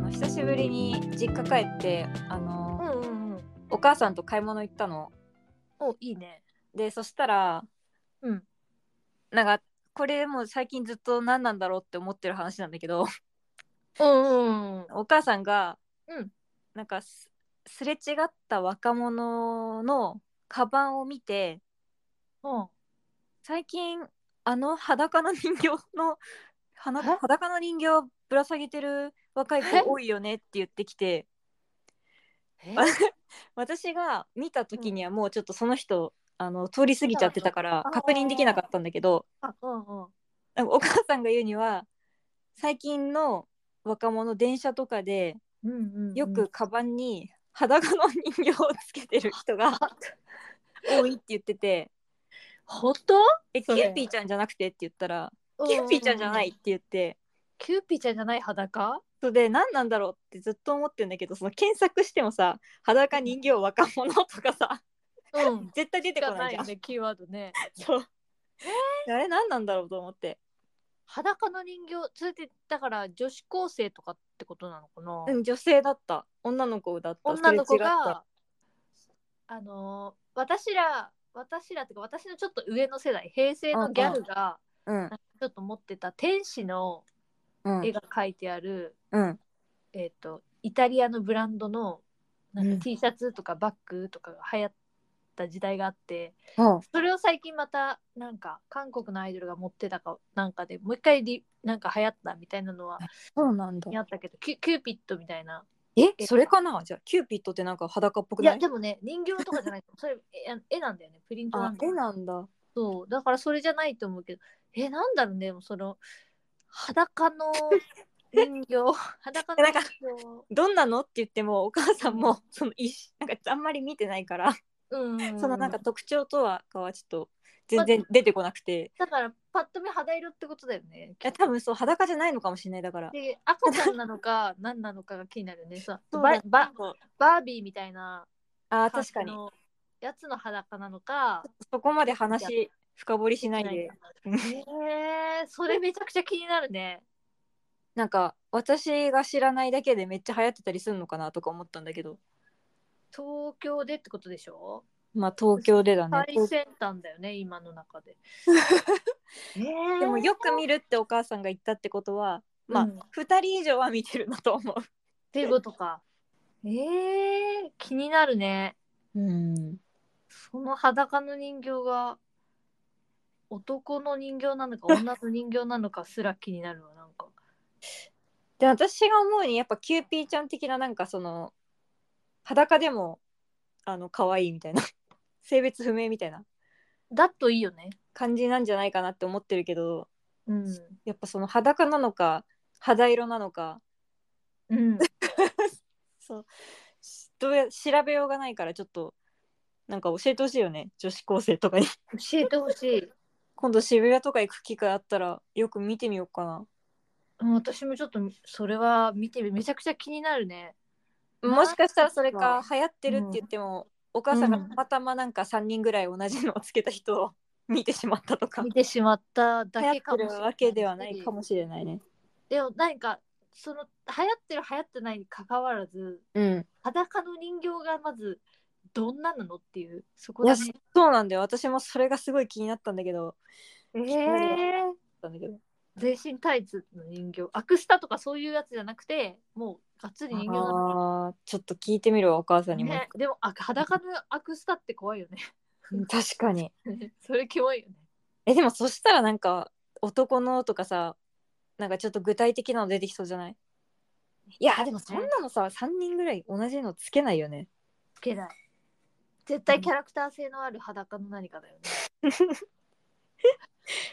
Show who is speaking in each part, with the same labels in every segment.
Speaker 1: 前に実家帰ってあの、
Speaker 2: うんうんうん。
Speaker 1: お母さんと買い物行ったの
Speaker 2: お、いいね。
Speaker 1: でそしたら
Speaker 2: うん。
Speaker 1: なんかこれもう最近ずっと何なんだろうって思ってる話なんだ けど
Speaker 2: うんうんうん。
Speaker 1: お母さんが
Speaker 2: うん。
Speaker 1: なんかすすれ違った若者のカバンを見て
Speaker 2: うん。
Speaker 1: 最近あの裸の人形の花
Speaker 2: え
Speaker 1: 裸の人形をぶら下げてる若い
Speaker 2: え
Speaker 1: 子多いよねって言ってきて
Speaker 2: え
Speaker 1: あ 私が見た時にはもうちょっとその人あの通り過ぎちゃってたから
Speaker 2: あー
Speaker 1: 確認できなかったんだけど
Speaker 2: あ、うんうん。
Speaker 1: なんかお母さんが言うには最近の若者電車とかで
Speaker 2: うんうんうん
Speaker 1: よくカバンに裸の人形をつけてる人が多いって言ってて
Speaker 2: 本当
Speaker 1: 「えキ
Speaker 2: そ
Speaker 1: ュ
Speaker 2: れ
Speaker 1: ーピーちゃんじゃなくて?」って言ったら「キューピーちゃんじゃない」って言って
Speaker 2: キューピーちゃんじゃない裸
Speaker 1: それで何なんだろうってずっと思ってんだけどその検索してもさ「裸人形若者」とかさ
Speaker 2: うん
Speaker 1: 絶対出て
Speaker 2: が
Speaker 1: こな
Speaker 2: ないい
Speaker 1: じゃ
Speaker 2: よ
Speaker 1: ん。
Speaker 2: ねキーワード ね
Speaker 1: そうあれ何なんだろうと思って、
Speaker 2: 裸の人形それってだから女子高生とかってことなのかな、
Speaker 1: うん、女性だった女の子だった
Speaker 2: 女の子
Speaker 1: すれ違った
Speaker 2: があのー私ら私らっていうか私のちょっと上の世代平成のギャルが
Speaker 1: うん
Speaker 2: ちょっと持ってた天使の
Speaker 1: うん
Speaker 2: 絵が描いてある、
Speaker 1: うん
Speaker 2: えっ、とイタリアのブランドのなん
Speaker 1: うん
Speaker 2: か T シャツとかバッグとかが流行った時代があって、
Speaker 1: うん
Speaker 2: それを最近またなんか韓国のアイドルが持ってたかなんかでもう一回リなんか流行ったみたいなのは
Speaker 1: そうなんだ
Speaker 2: にあったけどキュキューピッドみたいな
Speaker 1: え
Speaker 2: え
Speaker 1: それかなじゃあキューピッドってなんか裸っぽく
Speaker 2: い
Speaker 1: ない
Speaker 2: やでもね人形とか じゃないそれえあの絵なんだよねプリントな
Speaker 1: あ
Speaker 2: んだ
Speaker 1: 絵
Speaker 2: よ
Speaker 1: なんだ
Speaker 2: そうだからそれじゃないと思うけどえなんだろうねでもその裸の人形裸 の
Speaker 1: なん
Speaker 2: 人
Speaker 1: かどんなのって言ってもお母さんもそのいしなんかあんまり見てないから、
Speaker 2: 形うん
Speaker 1: そのなんか特徴とはかはちょっと全然出てこなくて、
Speaker 2: だからパッと見肌色ってことだよね
Speaker 1: いや多分そう裸じゃないのかもしれないだから
Speaker 2: で赤ちゃんなのか 何なのかが気になるよねさ
Speaker 1: そう
Speaker 2: バ
Speaker 1: だ
Speaker 2: ババービーみたいな
Speaker 1: あー
Speaker 2: 感じ
Speaker 1: 確かに
Speaker 2: のやつの裸なのか
Speaker 1: そこまで話深掘りしないで
Speaker 2: えー、それめちゃくちゃ気になるね
Speaker 1: なんか私が知らないだけでめっちゃ流行ってたりするのかなとか思ったんだけど
Speaker 2: 東京でってことでしょ
Speaker 1: まあ東京でだね
Speaker 2: 最先端だよね今の中 でえー
Speaker 1: でもよく見るってお母さんが言ったってことはまあ、
Speaker 2: うんっ
Speaker 1: 2人以上は見てるなと思う
Speaker 2: ていうことかえー、気になるね
Speaker 1: うん、
Speaker 2: その裸の人形が男の人形な のか女の人形なのかすら気になるわなんか
Speaker 1: で私が思うにやっぱキューピーちゃん的ななんかその裸でもあの可愛いみたいな 性別不明みたいな
Speaker 2: だといいよね
Speaker 1: 感じなんじゃないかなって思ってるけど
Speaker 2: うん、
Speaker 1: やっぱその裸なのか肌色なのか
Speaker 2: うん、
Speaker 1: そうしどうや調べようがないからちょっとなんか教えてほしいよね女子高生とか に
Speaker 2: 教えてほしい
Speaker 1: 今度渋谷とか行く機会あったらよく見てみようかな
Speaker 2: うん私もちょっとそれは見てみめちゃくちゃ気になるね
Speaker 1: もしかしたらそれか流行ってるって言っても、お母さんがたまたまなんか3人ぐらい同じのをつけた人を 見てしまったとか、
Speaker 2: 見てしまっただ
Speaker 1: 流行
Speaker 2: け
Speaker 1: っ
Speaker 2: か
Speaker 1: て
Speaker 2: も
Speaker 1: る
Speaker 2: しれない
Speaker 1: わけではないかもしれないね。
Speaker 2: でも何かその流行ってる流行ってないに関わらず
Speaker 1: うん、
Speaker 2: 裸の人形がまずどんななのっていうそこ
Speaker 1: い
Speaker 2: だ
Speaker 1: や
Speaker 2: ね
Speaker 1: そうなんだよ私もそれがすごい気になったんだけど
Speaker 2: え
Speaker 1: ー
Speaker 2: ー、
Speaker 1: なんだけど
Speaker 2: 全身タイツの人形アクスタとかそういうやつじゃなくてもうがっつり人形なの
Speaker 1: あーちょっと聞いてみるわお母さんにも、
Speaker 2: ね、でもあ裸のアクスタって怖いよ
Speaker 1: うん確かに
Speaker 2: ね それ怖いよね
Speaker 1: えでもそしたらなんか男のとかさなんかちょっと具体的なの出てきそうじゃないいやでもそんなのさ3人ぐらい同じのつけないよね
Speaker 2: つけない絶対キャラクター性のある裸の何かだよ ね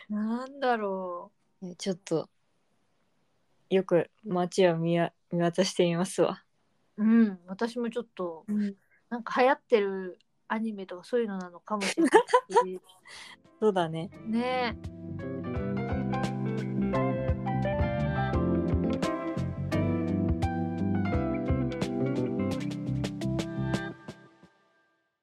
Speaker 2: なんだろ
Speaker 1: ねちょっとよく街を見わ見渡してみますわ。
Speaker 2: ううん私もちょっとなんか流行って るアニメとかそういうのなのかもしれないし
Speaker 1: そうだね。
Speaker 2: ねえ